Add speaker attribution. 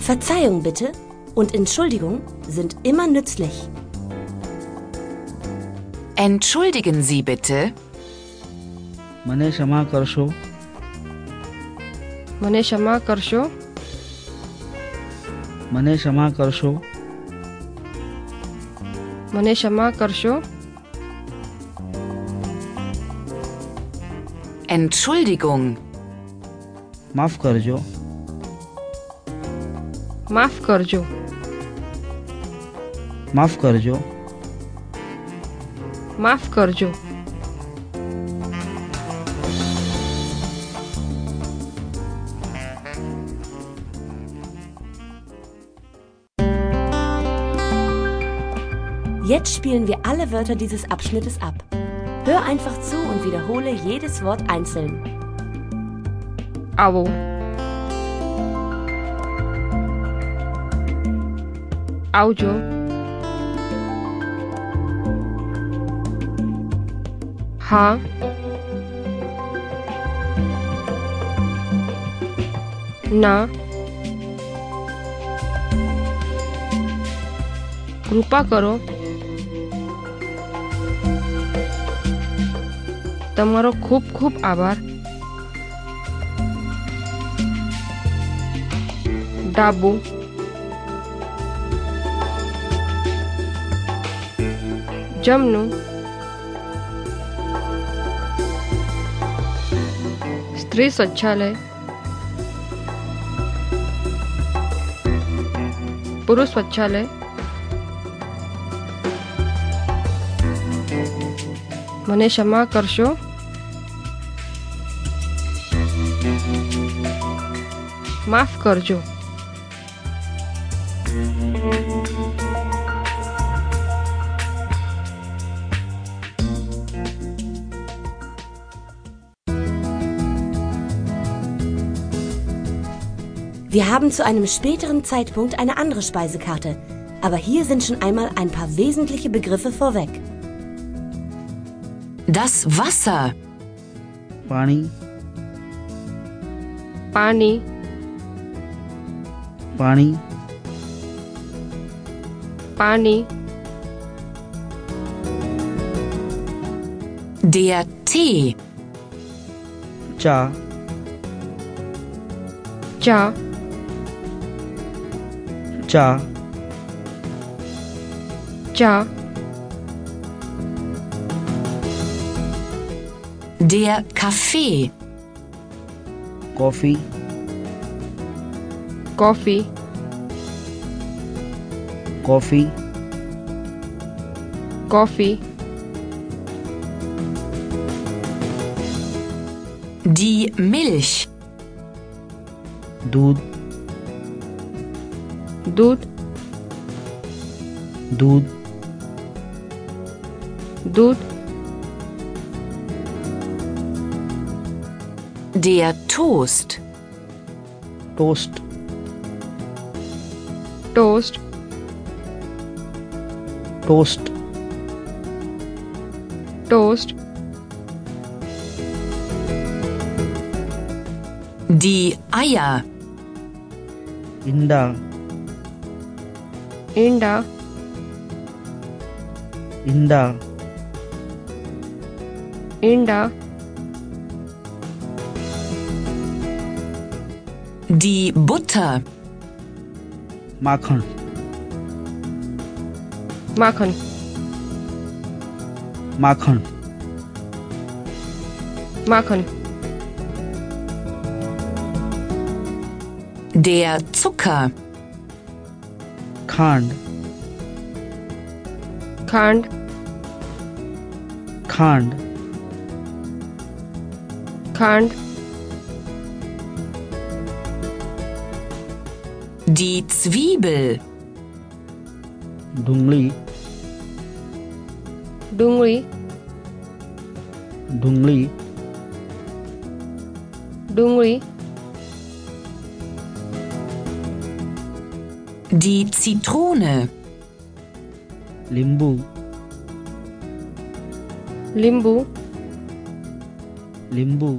Speaker 1: Verzeihung bitte und Entschuldigung sind immer nützlich.
Speaker 2: Entschuldigen Sie bitte.
Speaker 3: મને ક્ષમા કરશો
Speaker 4: મને ક્ષમા કરશો
Speaker 3: મને ક્ષમા કરશો
Speaker 4: મને ક્ષમા કરશો
Speaker 2: Entschuldigung.
Speaker 3: માફ કરજો
Speaker 4: માફ કરજો
Speaker 3: માફ કરજો
Speaker 4: માફ કરજો
Speaker 1: Jetzt spielen wir alle Wörter dieses Abschnittes ab. Hör einfach zu und wiederhole jedes Wort einzeln.
Speaker 4: આવો આવજો હા ના કૃપા કરો તમારો ખૂબ ખૂબ આભાર ડાબુ જમનું સ્ત્રી શૌચાલય પુરુષ શૌચાલય મને ક્ષમા કરશો માફ કરજો
Speaker 1: Wir haben zu einem späteren Zeitpunkt eine andere Speisekarte, aber hier sind schon einmal ein paar wesentliche Begriffe vorweg.
Speaker 2: Das Wasser.
Speaker 3: પાણી
Speaker 4: પાણી
Speaker 3: પાણી
Speaker 4: પાણી
Speaker 2: Der Tee.
Speaker 3: ચા
Speaker 4: ચા
Speaker 3: ચા
Speaker 4: ચા
Speaker 2: Der Kaffee.
Speaker 3: Coffee
Speaker 4: coffee
Speaker 3: coffee
Speaker 4: coffee
Speaker 2: Die Milch.
Speaker 3: દૂધ
Speaker 4: દૂધ
Speaker 3: દૂધ
Speaker 4: દૂધ
Speaker 2: Der Toast.
Speaker 3: Toast
Speaker 4: toast
Speaker 3: toast
Speaker 4: toast
Speaker 2: Die Eier.
Speaker 3: ઈંડા
Speaker 4: ઈંડા
Speaker 3: ઈંડા
Speaker 4: ઈંડા
Speaker 2: Die Butter.
Speaker 3: માખણ
Speaker 4: માખણ
Speaker 3: માખણ
Speaker 4: માખણ
Speaker 2: Der Zucker.
Speaker 3: ખાંડ
Speaker 4: ખાંડ
Speaker 3: ખાંડ
Speaker 4: ખાંડ
Speaker 2: Die Zwiebel.
Speaker 3: ડુંગળી
Speaker 4: ડુંગળી
Speaker 3: ડુંગળી
Speaker 4: ડુંગળી
Speaker 2: Die Zitrone.
Speaker 3: લીંબુ
Speaker 4: લીંબુ
Speaker 3: લીંબુ